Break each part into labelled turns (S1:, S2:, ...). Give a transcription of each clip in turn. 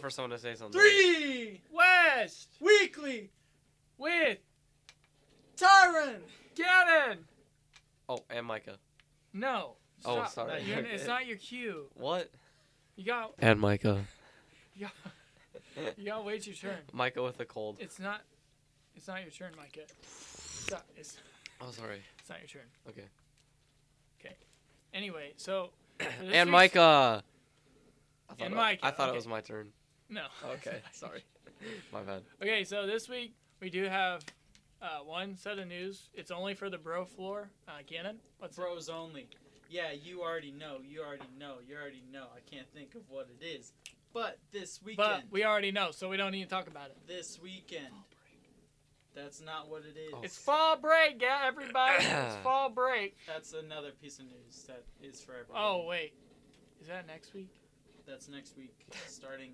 S1: for someone to say something.
S2: Three
S3: West
S2: weekly
S3: with
S2: Tyron.
S3: Gavin.
S1: Oh, and Micah.
S3: No.
S1: Oh,
S3: stop.
S1: sorry.
S3: You're- it's not your cue.
S1: What?
S3: You got
S1: And Micah.
S3: you got, you got wait your turn.
S1: Micah with a cold.
S3: It's not it's not your turn, Micah. It's not, it's,
S1: Oh, sorry.
S3: it's not your turn.
S1: Okay.
S3: Anyway, so for this week's-
S1: And Micah. I thought
S3: And
S1: it-
S3: Micah,
S1: I thought
S3: okay.
S1: it was my turn.
S3: No.
S1: Okay, sorry. My bad.
S3: Okay, so this week we do have uh, one set of news. It's only for the bro floor. Uh, Gannon, what's up?
S2: Bros only. Yeah, you already know. You already know. You already know. I can't think of what it is. But this weekend.
S3: But we already know, so we don't need to talk about it.
S2: this weekend. That's not what it is.
S1: Oh.
S3: It's fall break, yeah, everybody. it's fall break.
S2: That's another piece of news that is for everyone.
S3: Oh wait, is that next week?
S2: That's next week, starting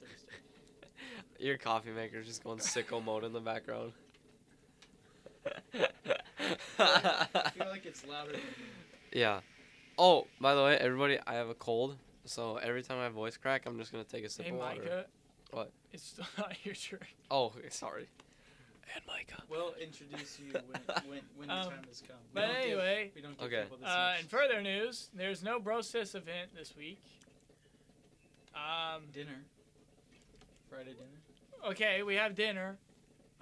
S2: Thursday.
S1: Your coffee maker's just going sicko mode in the background.
S2: I feel like it's louder than me.
S1: yeah. Oh, by the way, everybody, I have a cold, so every time I voice crack, I'm just gonna take a sip
S3: hey
S1: of water.
S3: Micah.
S1: What?
S3: It's still not your turn.
S1: Oh, sorry. And Micah.
S2: We'll introduce you when, when, when the
S3: Um,
S2: time has come. We
S3: but
S2: don't give-
S3: anyway,
S2: we don't give
S1: Okay.
S2: people this
S3: Uh,
S2: much
S3: in further news, there's no bro sis event this week. Um,
S2: dinner. Friday dinner.
S3: okay, we have dinner.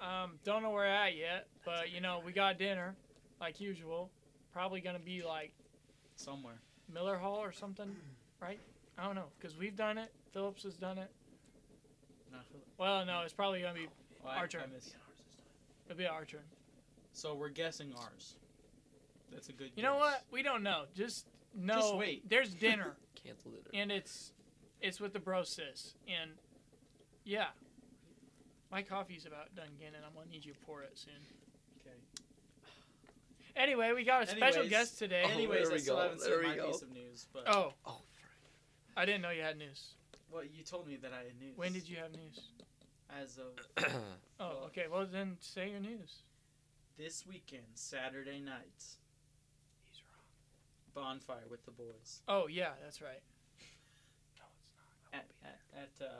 S3: Um, don't know where we're at yet, but you know we got dinner, like usual. Probably gonna be like
S2: Somewhere.
S3: Miller Hall or something, right? I don't know, cause we've done it. Phillips has done it.
S2: Not Philip.
S3: Well, no, it's probably gonna be
S2: Oh, I-
S3: Our
S2: I
S3: turn.
S2: missed.
S3: it'll be our turn.
S2: So we're guessing ours. That's a good
S3: You know
S2: guess.
S3: what? We don't know. Just know
S2: Just wait.
S3: there's dinner,
S1: Canceled it.
S3: and it's it's with the bro sis, and yeah. My coffee's about done getting, and I'm gonna need you to pour it soon.
S2: Okay.
S1: Oh,
S3: Anyway, we got a special
S2: Anyways.
S3: guest today.
S1: Oh,
S2: Anyways,
S1: there
S2: I
S1: we
S2: still
S1: go,
S2: haven't seen
S1: there we
S2: my
S1: go.
S2: piece of news, but
S3: Oh,
S1: Oh, frick.
S3: I didn't know you had news.
S2: well, you told me that I had news.
S3: When did you have news?
S2: As of
S3: Oh, okay. Well, then say your news.
S2: this weekend, Saturday night,
S3: He's wrong.
S2: bonfire with the boys
S3: Oh, yeah, that's right. No, it's not.
S2: at at at, uh,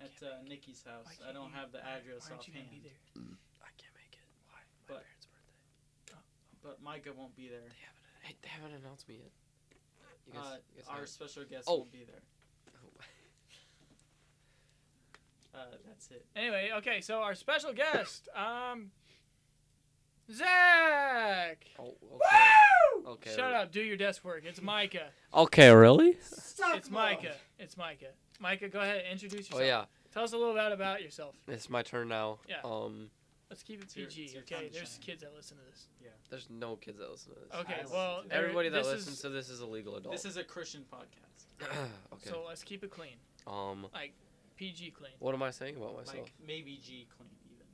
S2: at uh, Nikki's house. I don't have the address offhand,
S3: there?
S1: I can't make it. Why?
S2: My But-
S1: parents' birthday.
S2: but Micah won't be there.
S1: They haven't. Hey, they haven't announced me yet. You guys,
S2: Uh,
S1: you guys
S2: our
S1: haven't-
S2: special guest
S1: Oh.
S2: will be there. Uh, that's it.
S3: Anyway, okay. So our special guest, um, Zach.
S1: Oh, okay.
S3: Woo!
S1: Okay.
S3: Shut up. Do your desk work. It's Micah.
S1: Okay, really?
S2: Stop
S3: It's Micah. It's Micah. Micah, go ahead. Introduce
S1: Oh
S3: yourself.
S1: yeah,
S3: Tell us a little bit about yourself.
S1: it's my turn now.
S3: Yeah.
S1: Um,
S3: Let's keep it
S2: It's your-
S3: PG,
S2: it's your time
S3: okay?
S2: to
S3: There's
S2: shine.
S3: kids that listen to this.
S1: there's no kids that listen to this.
S3: Okay,
S2: I listen
S3: well,
S2: to it.
S3: there-
S1: Everybody that
S3: this
S1: listens
S3: is-
S1: to this is a legal adult.
S2: This is a Christian podcast.
S1: okay.
S3: So let's keep it clean.
S1: um,
S3: PG clean.
S1: what am I saying about myself?
S2: Like maybe G clean even.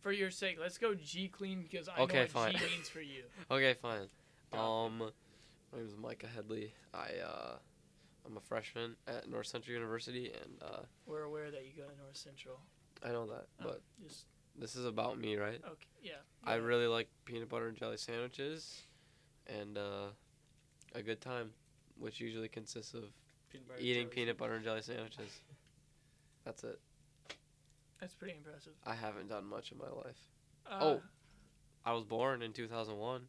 S3: For your sake, let's go G clean because I
S1: Okay,
S3: know what
S1: fine.
S3: G means for you.
S1: Okay, fine.
S2: Go.
S1: Um, my name is Micah Headley. I uh, I'm a freshman at North Central University, and uh,
S3: We're aware that you go to North Central.
S1: I know that,
S3: Oh.
S1: but
S3: Just
S1: this is about me, right?
S3: okay, yeah.
S1: I really like peanut butter and jelly sandwiches, and uh, a good time, which usually consists of
S2: Peanut butter
S1: eating
S2: jelly
S1: peanut
S2: sandwich.
S1: butter and jelly sandwiches. That's it.
S3: That's pretty impressive.
S1: I haven't done much in my life.
S3: Uh,
S1: Oh, I was born in 2001,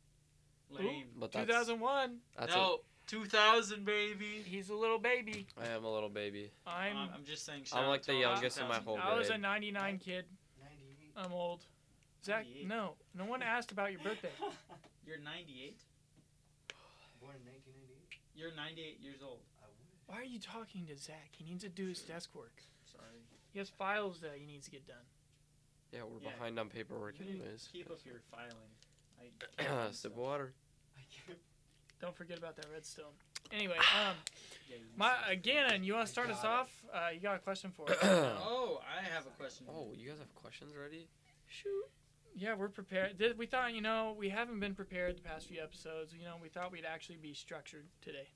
S2: Lame.
S1: but that's
S3: 2001.
S1: that's
S2: no, 2000 baby. Uh,
S3: He's a little baby.
S1: it. I am a little baby.
S3: I'm.
S2: I'm, I'm just saying.
S1: I'm
S2: shout
S1: like
S2: out
S1: the
S2: to all
S1: youngest in my
S2: 2000.
S1: whole
S3: I was a
S1: grade.
S3: 99 kid. I'm old. Zach,
S4: 98.
S3: no, no one asked about your birthday.
S2: You're 98.
S4: Born in 1998.
S2: You're 98 years old.
S4: I
S1: Um,
S4: would.
S3: Why are you talking to Zach? He needs to do his desk work.
S2: Sorry.
S3: He has files that he needs to get done.
S1: Yeah, we're
S2: Yeah.
S1: behind on paperwork,
S2: You need to
S1: anyways.
S2: keep up your filing. I can't do
S1: Sip
S2: stuff.
S1: of water.
S4: I can't.
S3: Don't forget about that redstone. Anyway,
S1: Ah.
S3: um,
S2: Yeah, you
S3: my
S2: suck.
S3: again, and you want to start
S4: I
S3: us
S4: got
S3: off? Uh, you got a question for us?
S2: Oh, I have a question.
S1: Oh, you guys have questions ready?
S3: Shoot. Yeah, we're prepared. Did- We thought, you know, we haven't been prepared the past few episodes. You know, we thought we'd actually be structured today.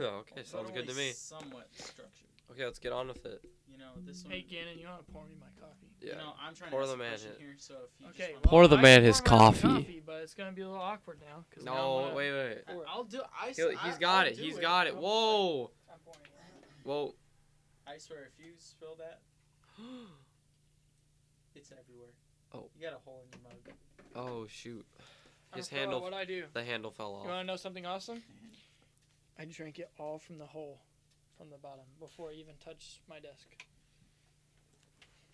S1: okay, sounds good to me.
S2: Somewhat structured.
S1: Okay, let's get on with it.
S2: You know this one.
S3: Hey, Gannon, you want to pour me my coffee?
S1: Yeah.
S2: You know I'm trying
S1: Pour
S2: to ask
S1: the
S2: a
S1: man
S2: question
S1: hit.
S2: here, so if you
S3: Okay.
S2: Just
S3: well,
S2: wanna-
S1: Pour the
S3: I
S1: man
S3: should
S1: his
S3: pour myself
S1: coffee.
S3: but it's gonna be a little awkward now. Cause now I'm uh,
S1: No,
S3: gonna-
S1: wait, wait.
S2: I- uh, I'll do. I.
S1: He'll,
S2: I-
S1: he's got
S2: I'll
S1: it.
S2: do
S1: He's got it. Whoa,
S3: I'm pouring it.
S1: whoa.
S2: I swear, if you spill that, it's everywhere.
S1: Oh.
S2: You got a hole in your mug.
S1: oh shoot!
S3: I
S1: His
S3: don't know
S1: handle-
S3: What I do?
S1: The handle fell off.
S3: You want to know something awesome? I drank it all from the hole, from the bottom, before I even touched my desk.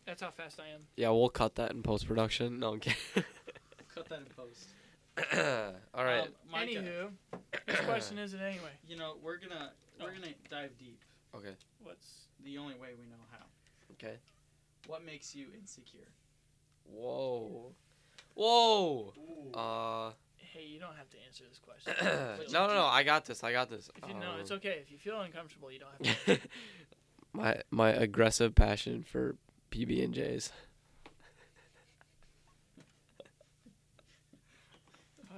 S3: That's how fast I am.
S1: Yeah, we'll cut that in post production. No, I'm kidding.
S2: Cut that in post.
S1: All right.
S2: Um, Micah,
S3: Anywho, which question is it anyway?
S2: you know we're gonna we're
S3: Oh.
S2: gonna dive deep.
S1: okay.
S3: What's
S2: The only way we know how.
S1: Okay.
S2: What makes you insecure?
S1: Whoa. Whoa.
S4: Ooh.
S1: Uh.
S3: hey? You don't have to answer this question.
S1: no,
S2: But
S1: no,
S2: you-
S1: no. I got this. I got this.
S3: If you know, it's
S1: Um,
S3: okay. If you feel uncomfortable, you don't have to.
S1: my my aggressive passion for PB and J's.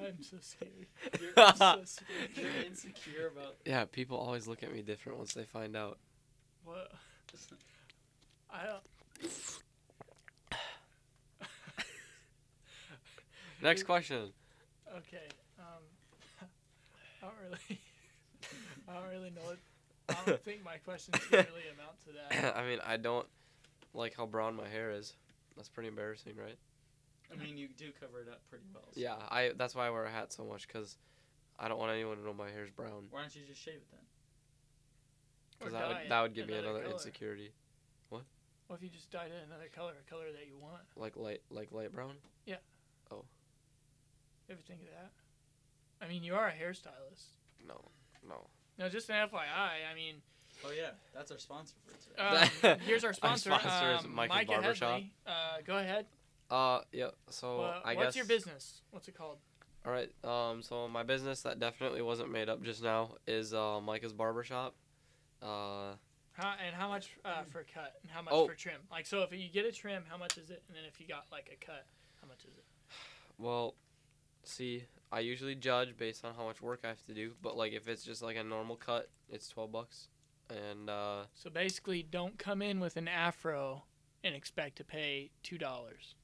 S3: I'm so scared.
S2: You're,
S3: I'm so scared.
S2: you're insecure about.
S1: Yeah, people always look at me different once they find out.
S3: What? I don't.
S1: Next question.
S3: Okay. Um, I don't really. I don't really know. What, I don't think my questions can really amount to that.
S1: I mean, I don't like how brown my hair is. That's pretty embarrassing, right?
S2: I mean, you do cover it up pretty well. so
S1: Yeah, I. That's why I wear a hat so much because I don't want anyone to know my hair's brown.
S2: Why don't you just shave it then?
S3: Or
S1: Because that would
S3: dye it
S1: that would give me another
S3: color.
S1: insecurity,
S3: What if you just dyed it another color, a color that you want?
S1: like light like light brown.
S3: You ever think of that? I mean, you are a hairstylist.
S1: No, no.
S3: Now, just an FYI, I mean,
S2: Oh yeah, that's our sponsor for today.
S3: um, here's our
S1: Our
S3: sponsor,
S1: sponsor is
S3: um,
S1: Micah's
S3: Micah
S1: Barbershop.
S3: Headley. Uh, go ahead.
S1: Uh, yeah. So
S3: Wha-
S1: I
S3: what's
S1: guess.
S3: your business? What's it called?
S1: All right. Um. So my business that definitely wasn't made up just now is uh, Micah's barbershop. Uh.
S3: How, and how much uh, for a cut? And how much
S1: Oh.
S3: for trim? Like, so if you get a trim, how much is it? And then if you got like a cut, how much is it?
S1: Well, see, I usually judge based on how much work I have to do, but like if it's just like a normal cut, it's twelve bucks. And uh,
S3: So basically, don't come in with an afro and expect to pay two dollars.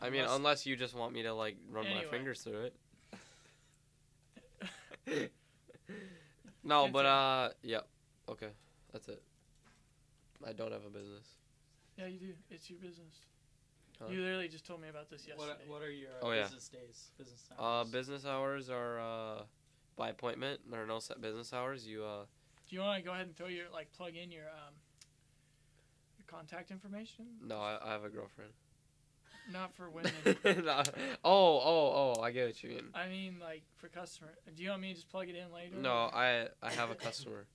S1: I mean,
S2: Unless-
S1: unless you just want me to like run my
S3: Anyway.
S1: fingers through it. no, but uh, yeah, okay, that's it. I don't have a business.
S3: Yeah, you do. It's your business.
S1: Huh?
S3: You literally just told me about this yesterday.
S2: What, what are your uh,
S1: Oh, yeah.
S2: business days? Business
S1: Uh,
S2: hours?
S1: business hours are uh, by appointment. There are no set business hours. You uh,
S3: Do you want to go ahead and throw your like plug in your um your contact information?
S1: no, I, I have a girlfriend.
S3: Not for women.
S1: No. Oh, oh, oh! I get what you mean.
S3: I mean, like for customer. Do you want me to just plug it in later?
S1: No, I I have a customer.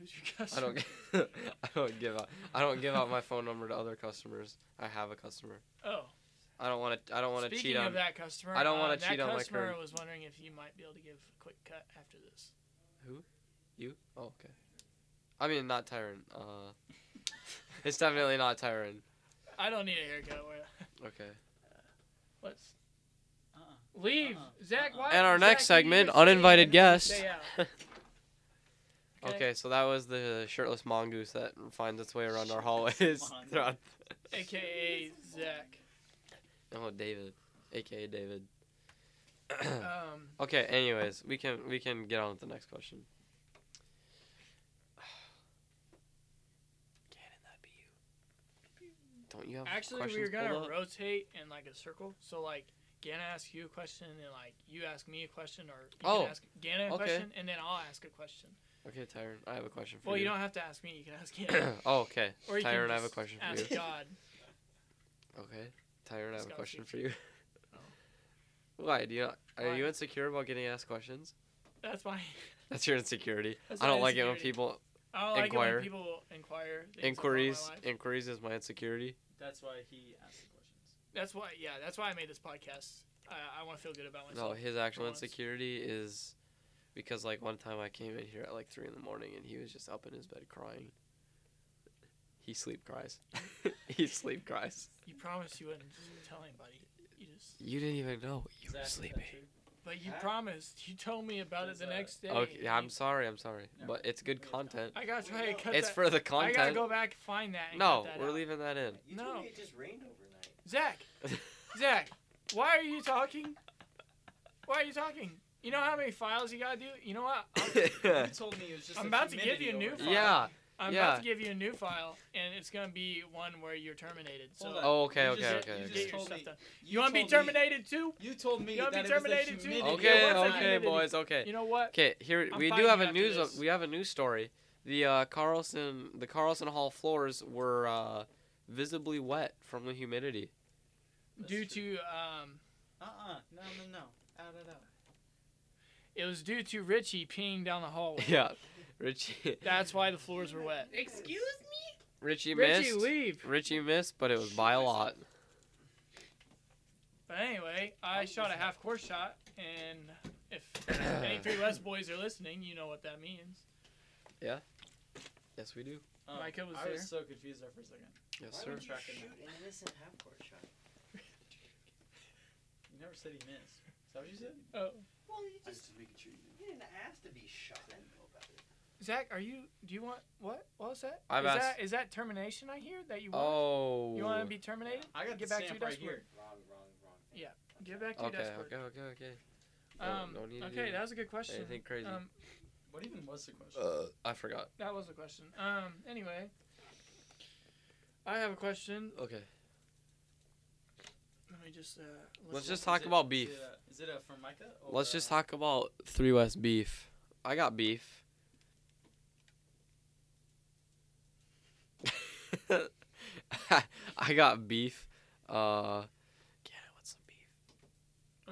S3: Who's your
S1: I
S3: customer?
S1: don't. g- I don't give out. I don't give out my phone number to other customers. I have a customer.
S3: Oh.
S1: I don't want to. I don't want to
S3: Speaking
S1: cheat on.
S3: of that customer,
S1: I don't wanna
S3: uh, that
S1: cheat on my
S3: customer
S1: current-
S3: was wondering if you might be able to give a quick cut after this.
S1: You? Oh, okay. I mean, not Tyron. Uh, it's definitely not Tyron.
S3: I don't need a haircut. We're,
S1: Okay.
S3: let's
S2: Uh-uh.
S3: leave.
S2: Uh-uh.
S3: Zach,
S2: Uh-uh.
S3: why?
S1: And our
S3: Zach,
S1: next
S3: you need
S1: segment,
S3: to stay
S1: uninvited
S3: in,
S1: guest.
S3: stay out.
S1: okay. so that was the shirtless mongoose that finds its way around our hallways.
S2: Shirtless mongoose.
S1: throughout-
S3: AKA Zach.
S1: oh, David, aka David.
S3: Um,
S1: okay. Anyways, we can we can get on with the next question. Cannon, that be you? Don't you have
S3: actually,
S1: questions
S3: we were gonna
S1: pulled up?
S3: rotate in like a circle. So like, Gana ask you a question, and like you ask me a question, or you
S1: Oh,
S3: can ask Gana a
S1: okay.
S3: question, and then I'll ask a question.
S1: Okay, Tyron, I have a question for
S3: Well, you
S1: you.
S3: don't have to ask me. You can ask Gana.
S1: oh, okay.
S3: Or you
S1: Tyron,
S3: can
S1: I have a
S3: just
S1: question for
S3: ask
S1: you.
S3: God.
S1: Okay. Tyron, I have
S3: Just
S1: a
S3: gotta
S1: question
S3: see.
S1: for you.
S3: Oh.
S1: Why do you not, are
S3: Why?
S1: you insecure about getting asked questions?
S3: That's my.
S1: That's your insecurity.
S3: That's
S1: I
S3: my
S1: don't like it when
S3: insecurity.
S1: people
S3: I don't like it
S1: Inquire.
S3: when people inquire. things about my
S1: inquiries
S3: life.
S1: inquiries is my insecurity.
S2: That's why he asked the questions.
S3: That's why. Yeah, that's why I made this podcast. I, I want to feel good about
S1: No,
S3: myself.
S1: his actual
S3: once.
S1: insecurity is because like one time I came in here at like three in the morning and he was just up in his bed crying. He sleep cries. he sleep cries.
S3: You promised you wouldn't just tell anybody. You just.
S1: You didn't even know you
S2: Zach,
S1: were
S2: is that
S1: sleeping.
S2: true?
S3: But you
S4: Huh?
S3: promised. You told me about it
S2: Is
S3: the
S2: that-
S3: next day.
S1: Okay, I'm
S3: You-
S1: sorry, I'm sorry,
S2: No,
S1: but it's good
S2: no, it's not.
S1: content.
S3: I gotta try to cut
S1: It's
S3: that.
S1: for the
S3: I gotta
S1: content.
S3: go back and find that. And
S1: No,
S3: cut that
S1: we're
S3: out.
S1: leaving that in.
S4: You told
S3: No.
S4: me it just rained overnight.
S3: Zach, Zach, why are you talking? Why are you talking? You know how many files you gotta do? You know what? I'm,
S2: You told me it was just.
S3: I'm
S2: a
S3: about to give
S2: humidity
S3: you a new
S2: over
S3: file.
S2: there.
S1: yeah.
S3: I'm
S1: Yeah.
S3: about to give you a new file, and it's gonna be one where you're terminated. So
S2: Hold on.
S1: Oh, okay,
S2: You
S1: okay,
S2: just-
S1: okay.
S2: you
S1: okay.
S2: just
S3: get your
S2: told
S3: stuff
S2: me-
S3: done.
S2: You
S3: You wanna be
S2: told me-
S3: terminated too?
S2: You told me
S3: You wanna
S2: that
S3: be
S2: it was
S3: terminated
S2: the
S3: too?
S2: humidity.
S1: Okay,
S3: Yeah, what's
S1: okay,
S3: that?
S1: boys, okay.
S3: You know what?
S1: Okay, here
S3: I'm
S1: we do
S3: fighting
S1: have
S3: you
S1: a
S3: after
S1: news
S3: this.
S1: we have a news story. The uh, Carlson the Carlson Hall floors were uh, visibly wet from the humidity.
S2: That's
S3: due
S2: true.
S3: to um,
S2: Uh-uh. No, no, no. Out, out, out.
S3: it was due to Richie peeing down the hallway.
S1: Yeah. Richie
S3: That's why the floors were wet.
S2: Excuse me?
S1: Richie
S3: Richie,
S1: missed.
S3: leave.
S1: Richie missed, but it was by a lot.
S3: But anyway,
S2: Oh,
S3: I shot a
S2: it's-
S3: half court shot, and if any three West boys are listening, you know what that means.
S1: Yes, we do.
S3: Micah was
S2: Oh, I
S3: there.
S2: was so confused there for a second.
S1: Yes,
S4: Why
S1: sir.
S4: would you
S2: Tracking
S4: shoot
S2: that.
S4: an innocent half-court shot?
S2: You never said he missed. Is that what you said?
S3: Oh,
S4: Well, you
S5: I
S4: just
S5: just make it shoot you.
S4: you didn't ask to be shot. I didn't know about it.
S3: Zach, are you? Do you want what? What was that?
S1: I've
S3: is
S1: asked-
S3: that is that termination? I hear that you want.
S1: Oh.
S3: You want to be terminated?
S2: I got
S3: Get
S2: the
S3: back to
S2: stamp
S3: your
S2: right
S3: desk
S2: here.
S4: Wrong, wrong, wrong.
S3: Get back to your
S1: Okay,
S3: desk.
S1: okay, okay, okay. No-
S3: Um,
S1: no need to
S3: okay,
S1: do
S3: that was a good question.
S1: anything crazy.
S3: Um,
S2: What even was the question?
S1: Uh, I forgot.
S3: that was a question. Um, anyway, I have a question.
S1: Okay.
S3: Let me just. Uh,
S1: Let's
S3: look
S1: just
S3: up-
S1: talk
S2: Is it-
S1: about
S2: is
S1: beef.
S2: it, uh, Is it a from Micah? or,
S1: Let's just
S2: uh,
S1: talk about Three West beef. I got beef. I got beef. Uh, yeah, what's some beef?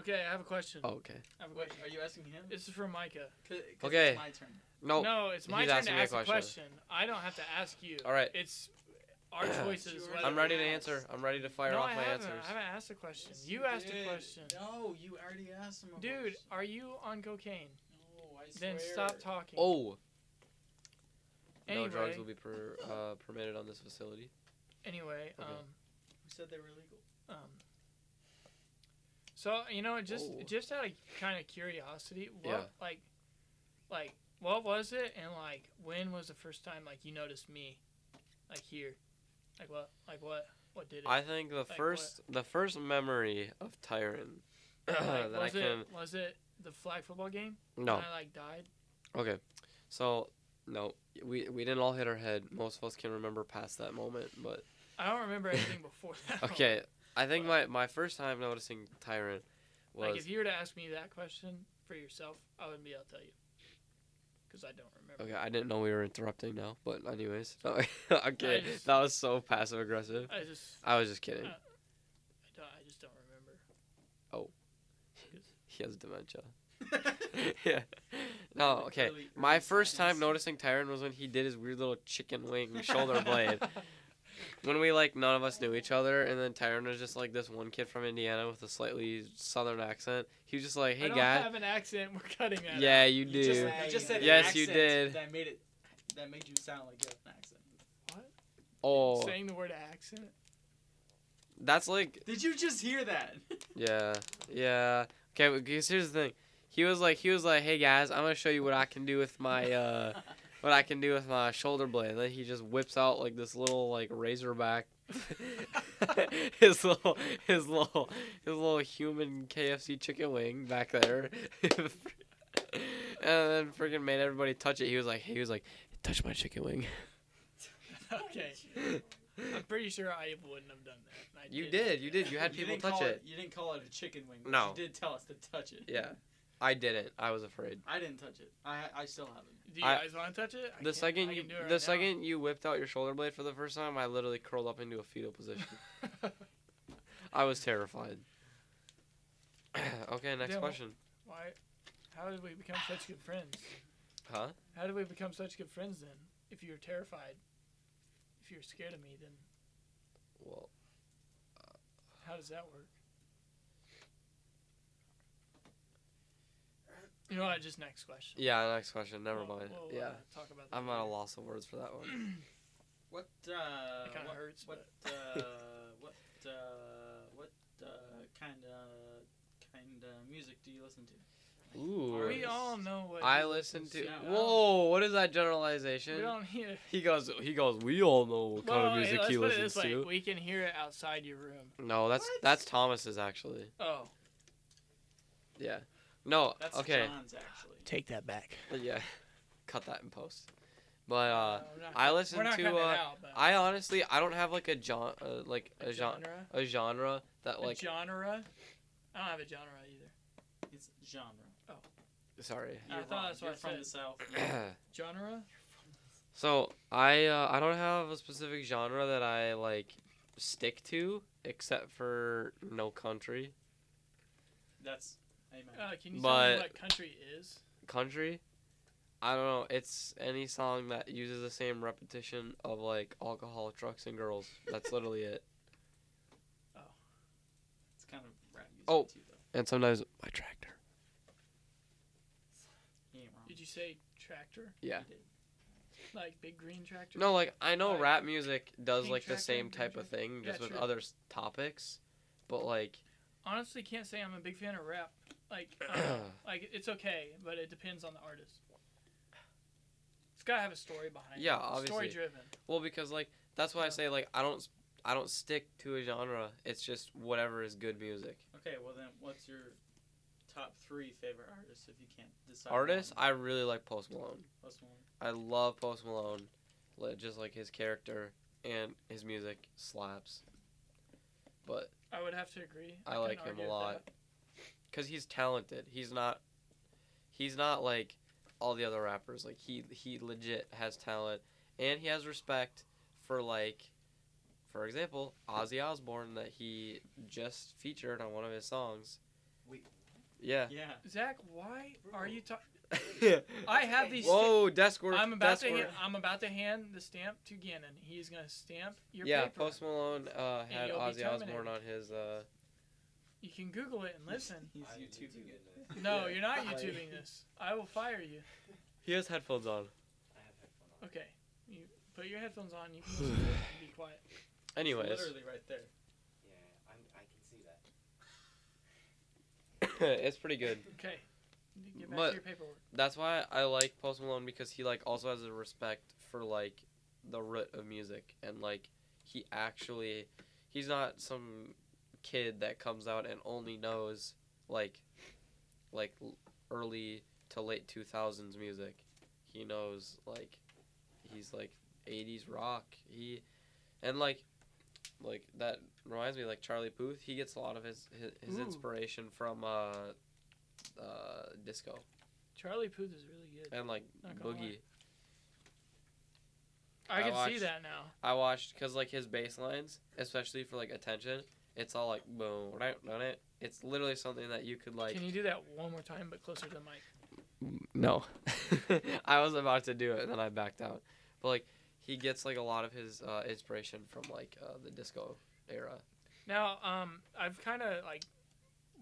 S3: Okay, I have a question.
S1: Oh, okay.
S3: I have a
S2: Wait,
S3: question.
S2: are you asking him?
S3: This is for Micah.
S2: 'Cause- 'cause
S1: Okay.
S2: It's my turn.
S1: No.
S3: no, it's my
S1: Oh, he's
S3: turn to
S1: asking me a
S3: ask a
S1: question.
S3: question. I don't have to ask you.
S1: All right.
S3: It's our choices.
S2: Sure.
S3: whether-
S1: I'm ready to
S2: Yes.
S1: answer. I'm ready to fire
S3: no,
S1: off
S3: I
S1: my
S3: haven't.
S1: answers.
S3: I haven't asked a question.
S2: Yes,
S3: you asked a
S2: did.
S3: question.
S2: No, you already asked him. A
S3: Dude,
S2: question.
S3: are you on cocaine?
S2: No, I swear.
S3: Then stop talking.
S1: Oh.
S3: Anyway.
S1: No drugs will be per, uh, permitted on this facility.
S3: Anyway,
S1: Okay.
S3: um,
S2: Who said they were legal?
S3: Um, so you know, just
S1: Oh.
S3: just out of kind of curiosity, what
S1: Yeah.
S3: like, like what was it, and like when was the first time like you noticed me, like here, like what, like what, what did it?
S1: I think the
S3: what?
S1: first the first memory of Tyrant
S3: like,
S1: that I
S3: was it
S1: can
S3: was it the flag football game?
S1: no
S3: When I like died.
S1: Okay, so no, we we didn't all hit our head. Most of us can remember past that moment, but
S3: I don't remember anything before that.
S1: okay, I think my my first time noticing Tyrant was
S3: Like if you were to ask me that question for yourself, I wouldn't be able to tell you, because I don't remember.
S1: okay. I didn't know we were interrupting now, but anyways, okay,
S3: just-
S1: that was so passive aggressive.
S3: I just
S1: I was just kidding.
S3: Uh. I, don't, I just don't remember.
S1: He has dementia. yeah. No, okay. My first time noticing Tyrant was when he did his weird little chicken wing shoulder blade. when we like none of us knew each other, and then Tyron was just like this one kid from Indiana with a slightly southern accent. He was just like,
S3: I
S1: "Hey,
S3: don't
S1: guy,
S3: have an accent. We're cutting that.
S1: yeah, you
S2: You just,
S1: do."
S2: you just said an
S1: Yes, you
S2: accent
S1: did.
S2: That made it. That made you sound like you have an accent.
S1: Oh,
S3: saying the word accent.
S1: that's like,
S2: Did you just hear that?
S1: yeah, yeah. Okay, because here's the thing. He was like, he was like, "Hey guys, I'm gonna show you what I can do with my uh, what I can do with my shoulder blade." And then he just whips out like this little like razorback. his little, his little, his little human KFC chicken wing back there, and then freaking made everybody touch it. He was like, he was like, touch my chicken wing.
S3: okay, I'm pretty sure I wouldn't have done that. and I
S1: You did, you did. You had
S2: You
S1: people
S2: didn't
S1: touch
S2: call
S1: it.
S2: You didn't call it a chicken wing. but
S1: No.
S2: You did tell us to touch it.
S1: Yeah, I didn't. I was afraid.
S2: I didn't touch it. I I still haven't.
S3: Do you
S1: I-
S3: guys want to touch it? I
S1: The
S3: can't-
S1: second
S3: I
S1: you,
S3: can do it right
S1: the
S3: now.
S1: second you whipped out your shoulder blade for the first time, I literally curled up into a fetal position. I was terrified. okay, next
S3: Yeah, well-
S1: question.
S3: Why? How did we become such good friends?
S1: Huh?
S3: How did we become such good friends then? If you're terrified, if you're scared of me, then
S1: Well,
S3: how does that work? You know what? Just next question.
S1: yeah. Next question. Never
S3: We'll-
S1: mind.
S3: we'll, uh,
S1: yeah,
S3: talk about. That
S1: I'm at a
S3: later.
S1: loss of words for that one.
S2: What uh?
S3: It kind
S2: what-
S3: of hurts.
S2: What
S3: But
S2: uh? what uh? What uh? Kind of kind of music do you listen to?
S1: Ooh.
S3: we all know what.
S1: I
S3: he
S1: listen
S3: listens
S1: to.
S2: Yeah.
S1: Whoa! What is that
S3: We
S1: generalization?
S3: don't need it.
S1: He goes. He goes. We all know what kind
S3: Well,
S1: of
S3: hey,
S1: music
S3: let's
S1: he
S3: put it
S1: listens
S3: this way.
S1: to.
S3: We can hear it outside your room.
S1: No, that's
S2: What? Oh.
S1: that's Thomas's actually.
S3: Oh.
S1: Yeah. No,
S2: That's
S1: okay.
S2: John's actually.
S5: Take that back.
S1: Yeah. Cut that in post. But uh
S3: No, we're not-
S1: I
S3: we're
S1: listen
S3: not
S1: to
S3: cutting it
S1: uh
S3: out, but
S1: I honestly I don't have like a genre uh, like a,
S3: a
S1: genre
S3: genre.
S1: a genre that
S3: A
S1: like
S3: genre. I don't have a genre either.
S2: It's genre.
S1: sorry.
S3: I
S2: You're
S3: thought
S2: wrong.
S3: that's what
S2: You're
S3: I
S2: from
S3: said.
S2: the south.
S3: Genre.
S1: so I uh I don't have a specific genre that I like stick to except for no country.
S2: That's amen.
S3: Uh, can you tell
S1: But-
S3: me what country is?
S1: Country? I don't know. It's any song that uses the same repetition of like alcohol, trucks and girls. That's literally it.
S2: it's kind of rap music
S1: Oh.
S2: too, though.
S1: And sometimes my tractor.
S2: He ain't wrong.
S3: Did you say tractor?
S1: Yeah.
S2: He did.
S3: Like big green tractor?
S1: No, like I know
S3: Like,
S1: rap music does
S3: King
S1: like the
S3: Tractor,
S1: same
S3: Green
S1: type of
S3: Tractor?
S1: thing,
S3: Yeah,
S1: just with
S3: sure.
S1: other s- topics, but like
S3: Honestly, can't say I'm a big fan of rap. Like, uh, like it's okay, but it depends on the artist. It's gotta have a story behind
S1: Yeah,
S3: it.
S1: obviously.
S3: Story driven.
S1: well, because like that's why I
S3: Yeah.
S1: say like I don't s- I don't stick to a genre. It's just whatever is good music.
S2: Okay, well then, what's your top three favorite artists if you can't decide?
S1: Artists,
S2: one?
S1: I really like Post Malone.
S2: Post Malone.
S1: I love Post Malone, li- just like his character and his music slaps. But
S3: I would have to agree.
S1: I
S3: couldn't
S1: like him a
S3: argue with
S1: lot.
S3: that.
S1: because he's talented, he's not he's not like all the other rappers. Like he he legit has talent and he has respect for like for example, Ozzy Osbourne that he just featured on one of his songs.
S4: Wait.
S1: Yeah.
S2: Yeah.
S3: Zach, why are you talking?
S4: I
S3: I have these.
S1: Whoa, desk work.
S3: I'm about
S1: desk
S3: to.
S1: work.
S3: hand- I'm about to hand the stamp to Gannon. He's gonna stamp your
S1: yeah,
S3: paper.
S1: Post Malone uh, had
S3: you'll be
S1: Ozzy Osbourne
S3: terminated.
S1: on his. Uh,
S3: You can Google it and listen.
S2: He's
S4: I'm
S2: YouTubing it.
S4: YouTubing it.
S3: No,
S1: Yeah.
S3: you're not
S1: Like-
S3: YouTubing this. I will fire you.
S1: he has headphones on.
S4: I have headphones on.
S3: Okay, you put your headphones on. You can listen to it and be quiet.
S1: Anyways,
S2: It's literally right there.
S4: Yeah, I'm, I can see that.
S1: it's pretty good.
S3: Okay, get back
S1: But-
S3: to your paperwork.
S1: That's why I like Post Malone because he like also has a respect for like the root of music and like he actually he's not some kid that comes out and only knows like like l- early to late 2000s music. He knows like he's like 80s rock. He and like like that reminds me like Charlie Puth, he gets a lot of his his, his
S3: Ooh.
S1: inspiration from uh uh disco
S3: Charlie Puth is really good.
S1: and like
S3: Not gonna lie.
S1: boogie.
S3: I
S1: I
S3: can see
S1: watched-
S3: that now.
S1: I watched because like his bass lines, especially for like attention, it's all like boom, right, on it. It's literally something that you could like.
S3: can you do that one more time, but closer to the mic?
S1: No, I was about to do it and then I backed out. But like he gets like a lot of his uh, inspiration from like uh, the disco era.
S3: Now, um, I've kind of like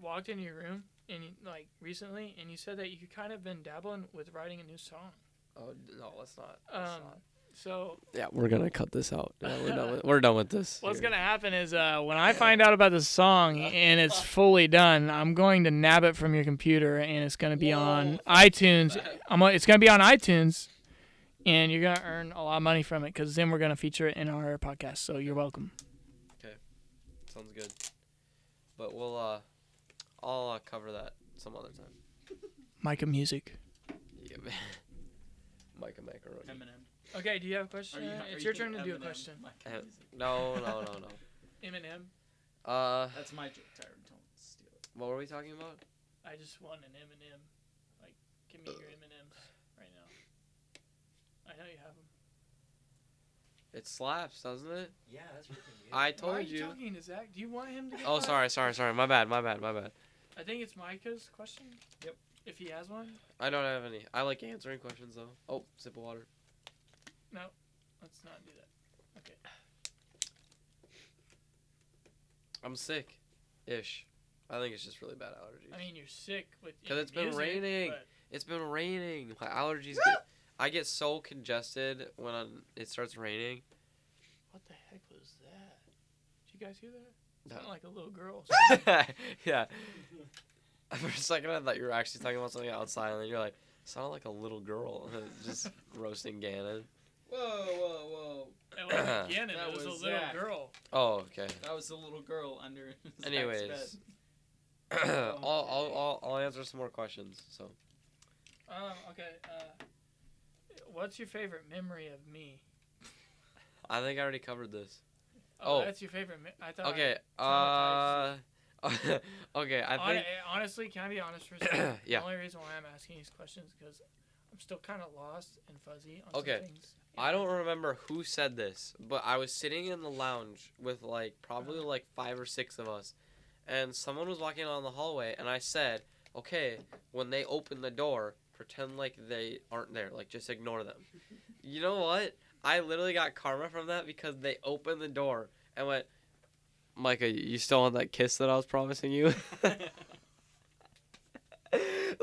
S3: walked into your room and you, like recently, and you said that you kind of been dabbling with writing a new song.
S1: Oh d- no, let's not. Let's
S3: Um,
S1: not.
S3: so
S1: Yeah, we're gonna cut this out. Yeah, we're done with we're done with this.
S3: what's
S1: here.
S3: gonna happen is uh, when I find out about the song and it's fully done, I'm going to nab it from your computer and it's gonna be on iTunes. I'm gonna- it's gonna be on iTunes, and you're gonna earn a lot of money from it because then we're gonna feature it in our podcast. So you're welcome.
S1: Sounds good. But we'll uh, I'll uh, cover that some other time.
S3: Micah Music.
S1: Yeah, man. Micah macaroni.
S2: Eminem.
S3: Okay, do you have a
S2: Are
S3: question?
S2: you, are
S3: Uh, it's
S2: you
S3: your turn
S2: thinking
S3: to do a
S2: Eminem,
S3: question.
S2: Mike
S1: Uh,
S2: Music?
S1: No, no, no,
S3: Eminem.
S1: no. Uh,
S2: That's my joke, Tyron. Don't steal it.
S1: what were we talking about?
S3: I just want an M and M. Like, give me your M and M's right now. I know you have them.
S1: It slaps, doesn't it?
S4: Yeah, that's really good.
S1: I
S3: Why are
S1: told
S3: you
S1: you.
S3: talking to Zach? Do you want him to? Get
S1: Oh,
S3: fired?
S1: sorry, sorry, sorry. My bad, my bad, my bad.
S3: I think it's Micah's question.
S2: Yep.
S3: If he has one,
S1: I don't have any. I like answering questions though. Oh, sip of water.
S3: let's not do that.
S1: I'm sick, ish. I think it's just really bad allergies.
S3: I mean, you're sick with.
S1: 'Cause it's been
S3: music,
S1: raining.
S3: but-
S1: it's been raining. My allergies get. I get so congested when I'm, it starts raining.
S3: What the heck was that? Did you guys hear that? It
S1: No.
S3: sounded like a little girl.
S1: yeah. For a second, I thought you were actually talking about something outside, and then you're like, sounded like a little girl just roasting Gannon.
S2: Whoa, whoa, whoa.
S3: It wasn't Gannon.
S2: That
S3: It was,
S2: was
S3: a little
S2: Zach.
S3: girl.
S1: Oh, okay.
S2: That was the little girl under. Zach's
S1: Anyways,
S2: bed.
S1: I'll, I'll, I'll, I'll answer some more questions. So
S3: Um, okay. Uh, what's your favorite memory of me?
S1: I think I already covered this.
S3: Oh,
S1: Oh.
S3: that's your favorite. Me- I thought.
S1: Okay. Uh,
S3: traumatized
S1: okay. I
S3: Hon-
S1: think.
S3: eh, honestly, can I be honest for a second?
S1: Yeah.
S3: The only reason why I'm asking these questions because I'm still kind of lost and fuzzy on
S1: Okay.
S3: some things.
S1: I don't remember who said this, but I was sitting in the lounge with like probably like five or six of us, and someone was walking down the hallway, and I said, "Okay, when they open the door, pretend like they aren't there, like just ignore them." You know what? I literally got karma from that because they opened the door and went, "Micah, you still want that kiss that I was promising you?"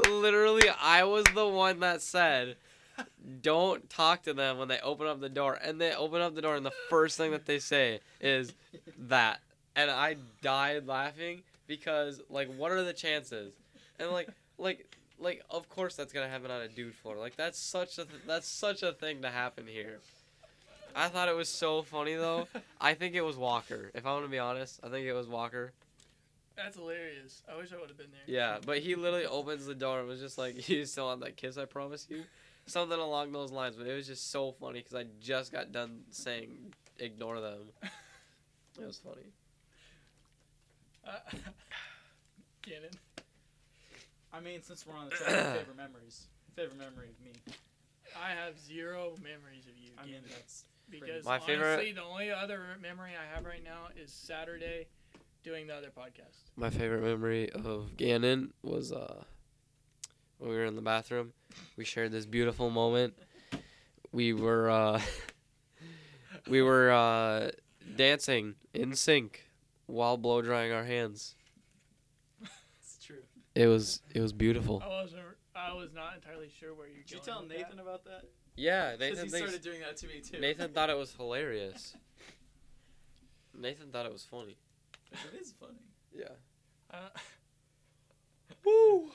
S1: Literally, I was the one that said, "Don't talk to them when they open up the door." And they open up the door, and the first thing that they say is that, and I died laughing because, like, what are the chances? And like, like, like, of course that's gonna happen on a dude floor. Like, that's such a th- that's such a thing to happen here. I thought it was so funny though. I think it was Walker. If I want to be honest, I think it was Walker.
S3: That's hilarious. I wish I would have been there.
S1: Yeah, but he literally opens the door and was just like, "You still want that kiss? I promise you," something along those lines. But it was just so funny because I just got done saying, "Ignore them." It was funny.
S3: Uh, Gannon.
S2: I mean, since we're on the topic of favorite memories, favorite memory of me.
S3: I have zero memories of you,
S2: I mean,
S3: Gannon.
S2: that's
S3: Because
S1: My
S3: honestly,
S1: favorite-
S3: the only other memory I have right now is Saturday doing the other podcast.
S1: My favorite memory of Gannon was uh, when we were in the bathroom. We shared this beautiful moment. We were uh, we were uh, dancing in sync while blow drying our hands.
S2: it's true.
S1: It was it was beautiful.
S3: I wasn't. I was not entirely sure where you're
S2: Did you
S3: going
S2: tell
S3: with
S2: Nathan about that?
S1: Yeah, they
S2: Because
S1: did
S2: he
S1: things-
S2: started doing that to me too.
S1: Nathan thought it was hilarious. Nathan thought it was funny.
S2: it is funny.
S1: Yeah.
S3: that. Uh, Woo!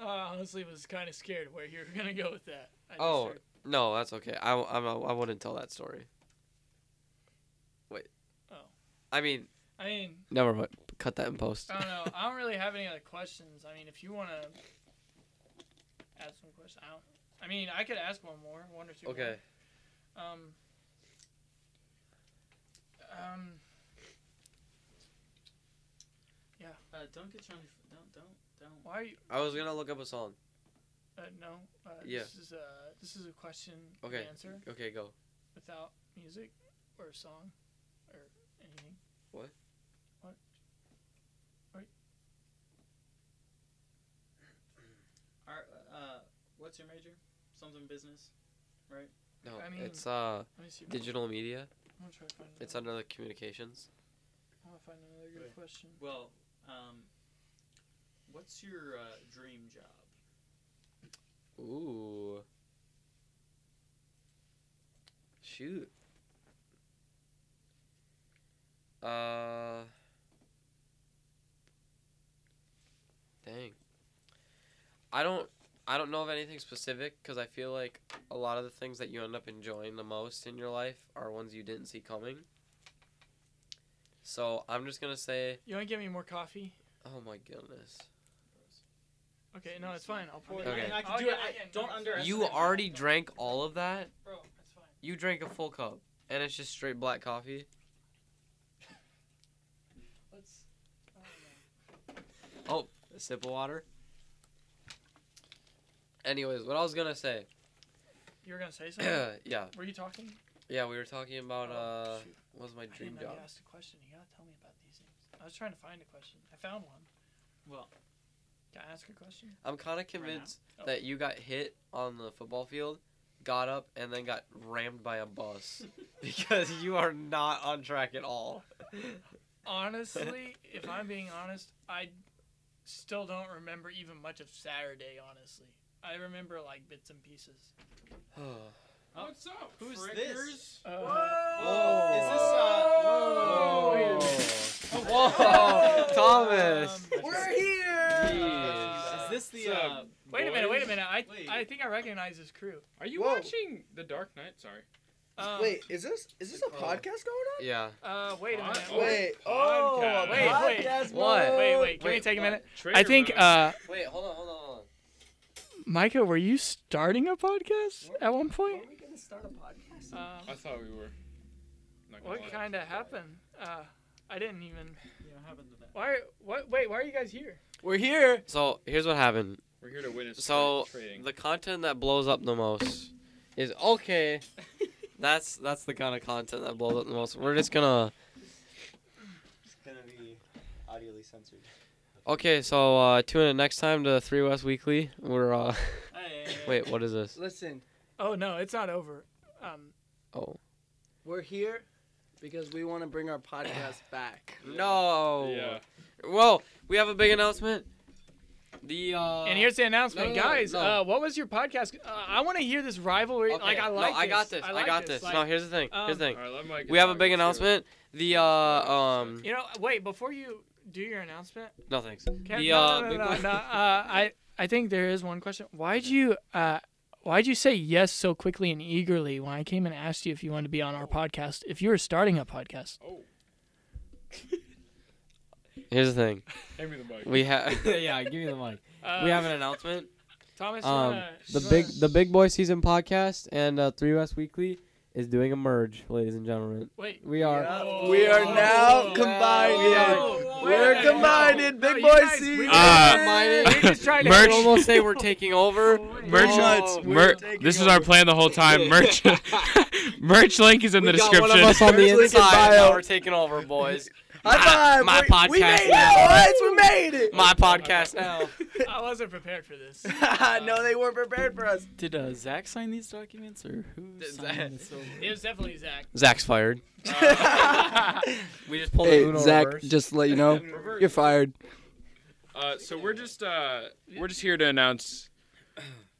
S3: I honestly was kind of scared where you were gonna go with that. I just
S1: Oh,
S3: heard-
S1: No, that's okay. I I'm, I wouldn't tell that story. Wait.
S3: Oh.
S1: I mean,
S3: I mean,
S1: never mind. Cut that in post.
S3: I don't know. I don't really have any other questions. I mean, if you want to add some questions, I don't. I mean, I could ask one more, one or two. more.
S1: okay.
S3: Um. Um.
S2: Uh, don't get your don't don't don't.
S3: Why are you?
S1: I was gonna look up a song.
S3: Uh, no. Uh,
S1: Yeah.
S3: This is a this is a question and
S1: Okay.
S3: answer
S1: Okay, go.
S3: without music or song or anything.
S1: What?
S3: What? What?
S2: Are, uh, what's your major? Something business.
S1: No,
S3: I mean-
S1: it's uh
S3: Let me see.
S1: digital media.
S3: I'm gonna try to find.
S1: It's
S3: another-
S1: under the communications.
S3: I want to find another good
S2: Wait.
S3: question.
S2: Well, um, what's your uh, dream job?
S1: Ooh. Shoot. Uh. Dang. I don't. I don't know of anything specific because I feel like a lot of the things that you end up enjoying the most in your life are ones you didn't see coming. So I'm just gonna say,
S3: You want to get me more coffee?
S1: oh my goodness.
S3: Okay, no, it's fine. I'll
S2: I
S3: pour
S2: mean,
S3: it.
S1: Okay.
S2: I, mean, I can
S3: I'll
S2: do
S3: get-
S2: it. I,
S3: I can-
S2: don't
S3: Bro,
S2: underestimate.
S1: You already drank all of that.
S3: Bro, it's fine.
S1: You drank a full cup, and it's just straight black coffee.
S3: Let's. I don't know.
S1: A sip of water. Anyways, what I was gonna say,
S3: You were gonna say something?
S1: yeah,
S3: were you talking?
S1: yeah, we were talking about uh,
S3: Oh, shoot.
S1: what was my
S3: I
S1: dream
S3: didn't know
S1: job?
S3: You asked a question. You gotta tell me about these things. I was trying to find a question. I found one.
S2: Well.
S3: Can I ask a question?
S1: I'm kind of convinced
S3: Oh.
S1: that you got hit on the football field, got up, and then got rammed by a bus because you are not on track at all.
S3: Honestly, if I'm being honest, I still don't remember even much of Saturday. Honestly, I remember like bits and pieces.
S2: Oh, What's up? Who's this?
S3: frickers? Uh,
S1: Whoa.
S2: Is this uh? Whoa.
S1: Whoa,
S3: Oh.
S1: Thomas!
S3: Um,
S2: We're
S1: here.
S2: Is this the
S5: So,
S2: uh?
S3: wait a minute! Wait a minute! I
S2: Wait.
S3: I think I recognize this crew.
S5: Are you
S1: Whoa.
S5: watching The Dark Knight? Sorry.
S3: Um,
S5: Wait, is this is this a
S4: Oh.
S5: podcast going on?
S1: Yeah.
S3: Uh, wait a minute.
S6: Oh,
S5: Wait.
S6: podcast.
S5: Oh, a
S3: Wait, wait.
S5: podcast
S1: What?
S5: mode.
S3: Wait, wait. Can we take a minute? I
S6: Traitor
S3: think,
S6: vote.
S3: uh,
S1: Wait, hold on, hold on, hold on.
S3: Micah, were you starting a podcast at one
S5: Are
S3: point?
S5: we gonna start a podcast?
S3: Um,
S6: I thought we were. Not gonna
S3: what
S6: lie.
S3: kind of happened? Uh, I didn't even.
S2: You know, happened to that.
S3: Why? What? Wait. Why are you guys here?
S5: We're here.
S1: So here's what happened.
S6: We're here to witness
S1: So
S6: trading.
S1: the content that blows up the most is okay. That's that's the kind of content that blows up the most. We're just gonna
S4: It's gonna be audibly censored.
S1: okay. So uh, tune in next time to Three West Weekly. We're uh
S2: Hey, hey, hey.
S1: wait, what is this?
S5: Listen,
S3: Oh no, it's not over. Um,
S1: Oh
S5: we're here because we want to bring our podcast back.
S1: no!
S6: yeah.
S1: Whoa, we have a big announcement. The uh,
S3: and here's the announcement,
S1: no, no, no,
S3: guys.
S1: no.
S3: Uh, what was your podcast? Uh, I want to hear this rivalry.
S1: okay,
S3: Like I
S1: no,
S3: like.
S1: I got this. I,
S3: like
S1: got this. no,
S3: Like, um,
S1: here's the thing. here's the
S6: All
S1: thing.
S6: right, let Mike
S1: We have a
S6: talk.
S1: big
S6: Let's do it.
S1: announcement. The uh um
S3: you know, wait. Before you do your announcement,
S1: no thanks.
S3: Can,
S1: The
S3: no,
S1: uh,
S3: no, no,
S1: big
S3: no,
S1: one-
S3: no, uh, I I think there is one question. Why'd you uh, why'd you say yes so quickly and eagerly when I came and asked you if you wanted to be on our podcast? If you were starting a podcast,
S6: Oh,
S1: Here's the thing.
S6: hand me the mic.
S1: We have yeah. Give me the mic.
S3: uh,
S1: we have an announcement.
S3: Thomas.
S1: um,
S3: wanna-
S1: The
S3: wanna-
S1: big the Big Boy Season podcast and uh, Three West Weekly is doing a merge, ladies and gentlemen.
S3: wait.
S1: We are.
S3: Oh.
S5: We are now
S3: Oh.
S5: combined.
S3: Oh.
S5: We're
S3: Wait,
S5: combined
S3: no,
S5: in
S3: no,
S5: Big
S3: you
S5: Boy
S3: guys,
S5: C.
S3: we-
S7: Uh,
S1: Combining.
S3: we're just trying to
S7: Merch.
S1: I would almost say we're taking over. Oh.
S7: Merch.
S5: Nuts. We're
S7: Mer-
S5: taking
S7: this is
S5: over.
S7: our plan the whole time. Merch, merch link is in
S1: we
S7: the
S1: got
S7: description.
S1: one of us on the
S5: Merch link in
S1: inside.
S5: bio.
S1: Now we're taking over, boys.
S5: High five.
S1: My
S5: we, We
S1: podcast
S5: made it.
S1: now.
S5: Alright, we made it.
S1: My podcast now.
S3: I wasn't prepared for this.
S5: no, they weren't prepared for us.
S8: Did uh, Zach sign these documents or who
S1: Did
S8: signed
S1: Zach-
S8: this? over?
S3: It was definitely Zach.
S1: Zach's fired. We just pulled
S5: hey,
S1: Uno
S5: Zach,
S1: reverse.
S5: just to let you know,
S6: Reverse.
S5: you're fired.
S6: Uh, so we're just uh, we're just here to announce.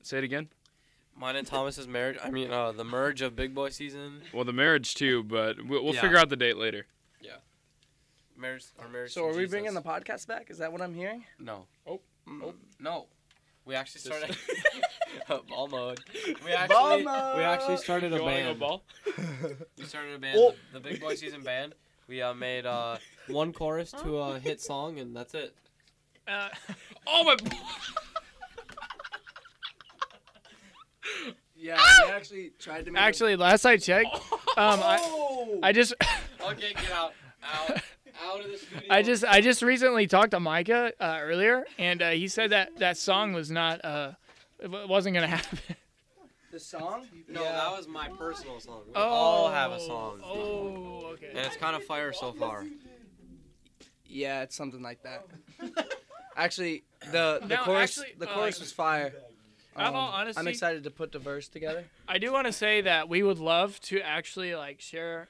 S6: Say it again.
S1: Mine and Thomas's marriage. I mean, uh, the merge of Big Boy Season.
S6: Well, the marriage too, but we'll, we'll
S1: Yeah.
S6: figure out the date later.
S1: Marriage. Our marriage.
S5: So,
S1: to
S5: are we
S1: Jesus.
S5: bringing the podcast back? Is that what I'm hearing?
S1: No. Mm.
S6: Oh, oh.
S1: No. We actually
S6: Just-
S1: started. Oh, ball mode. We actually.
S5: Ball
S1: We actually
S5: mode.
S1: started a
S6: You wanna go
S1: band.
S6: ball?
S1: We started a band,
S5: Oh.
S1: the, the Big Boy Season band. We uh, made uh, one chorus to a hit song, and that's it.
S3: Uh,
S6: Oh my!
S5: Yeah, we actually tried to make
S3: Ah! actually, last I checked, um, I,
S5: oh!
S3: I just
S1: Okay, get out, out, out of the studio.
S3: I just I just recently talked to Micah uh, earlier, and uh, he said that that song was not uh, it wa- wasn't gonna happen.
S5: the song.
S1: No, that was my personal song. We
S3: Oh,
S1: all have a song,
S3: Oh,
S1: and
S3: okay.
S1: it's kind of fire so far.
S5: Yeah, it's something like that. actually, the the
S3: No,
S5: chorus
S3: actually,
S5: the
S3: uh,
S5: chorus was fire.
S3: I'm all
S5: Um,
S3: honesty.
S5: I'm excited to put the verse together.
S3: I do want to say that we would love to actually like share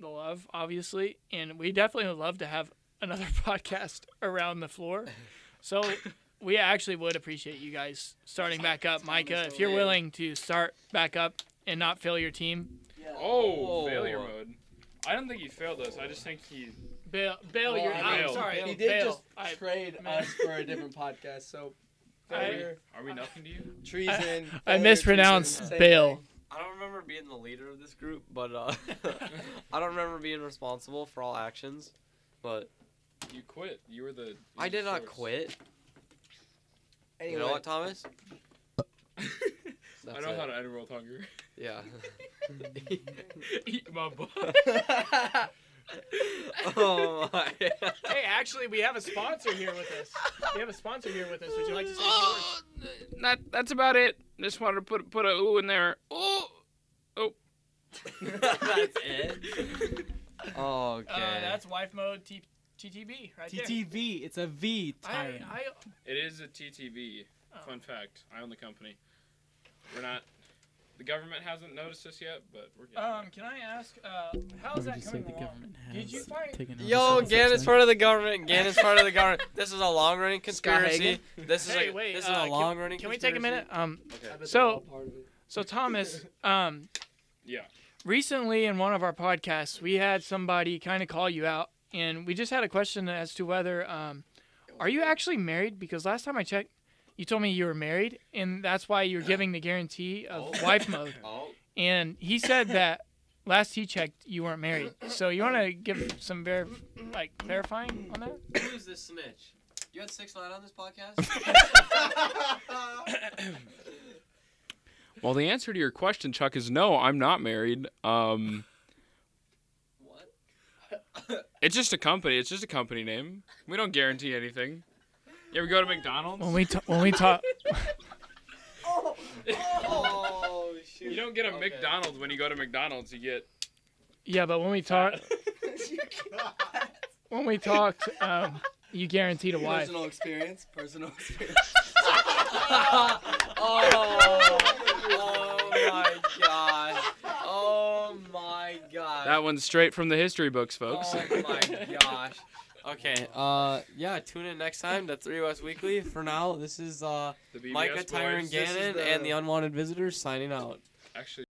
S3: the love, obviously, and we definitely would love to have another podcast around the floor. So we actually would appreciate you guys starting back up, Micah, if you're willing to start back up and not fail your team,
S6: Oh,
S1: Oh.
S6: failure mode. I don't think he failed us. I just think he.
S3: bail, bail
S2: Oh,
S3: your.
S5: Well,
S3: I'm
S6: bail.
S3: sorry, bail.
S5: he did just
S3: I-
S5: trade
S3: man.
S5: us for a different podcast, so
S3: I-
S5: failure,
S6: Are we nothing to you?
S5: treason.
S3: I
S5: failure,
S3: mispronounced
S5: treason, same
S3: bail.
S5: thing.
S1: I don't remember being the leader of this group, but uh, I don't remember being responsible for all actions. But
S6: You quit. You were the.
S1: I did not
S6: source.
S1: quit.
S5: Anyway,
S1: You know what, Thomas? That's
S6: I know
S1: it.
S6: how to end world hunger.
S1: Yeah.
S6: Eat my butt.
S1: oh my.
S3: Hey, actually, we have a sponsor here with us. We have a sponsor here with us. Would you like to say a few words?
S6: Oh, that that's about it. Just wanted to put put a ooh in there. Oh.
S1: That's it. Okay.
S3: Uh, that's wife mode T- TTB right
S8: TTV. It's a V.
S3: there. I,
S8: Tyrant.
S3: I,
S6: It is a TTV.
S3: oh.
S6: Fun fact: I own the company. We're not. The government hasn't noticed us yet, but we're
S1: Oh.
S6: getting.
S3: Um, can I ask, uh, how
S8: Or would you
S3: is that
S8: say
S3: coming
S8: the
S3: along?
S8: government has
S3: Did you find-
S8: taken over
S1: Yo,
S8: Southern
S1: Ganon's
S8: Sexton?
S1: part of the government. Ganon's part of the government. This is a long running conspiracy. This is
S3: Hey,
S1: a,
S3: wait,
S1: this
S3: uh,
S1: is a
S3: can-
S1: long running.
S3: Can we take a minute? Um,
S5: I bet they're
S3: So-
S5: all part of it.
S3: so Thomas, um,
S6: Yeah.
S3: recently in one of our podcasts, we had somebody kind of call you out, and we just had a question as to whether, um, are you actually married? Because last time I checked, you told me you were married, and that's why you're giving the guarantee of wife mode.
S1: Oh.
S3: And he said that last he checked, you weren't married. So you want to give some ver- like clarifying on that?
S1: Who's this snitch? You had six nine on this podcast?
S6: Well, the answer to your question, Chuck, is no. I'm not married. Um,
S1: what?
S6: it's just a company. It's just a company name. We don't guarantee anything. You ever go to McDonald's?
S3: When we ta- when we talk,
S1: Oh shoot.
S6: You don't get a
S1: Okay.
S6: McDonald's when you go to McDonald's. You get
S3: yeah, but when we talk,
S5: Oh,
S3: when we talked, um, you guaranteed a wife.
S2: Personal experience. Personal experience.
S1: oh, oh my god. Oh my god.
S6: that one straight from the history books, folks.
S1: Oh my gosh. Okay. Uh, yeah. Tune in next time to Three West Weekly. For now, this is uh
S9: The BBS
S1: Micah, Tyron
S9: boys. This is
S1: Gannon,
S9: the-
S1: and the Unwanted Visitors signing out.
S9: Actually.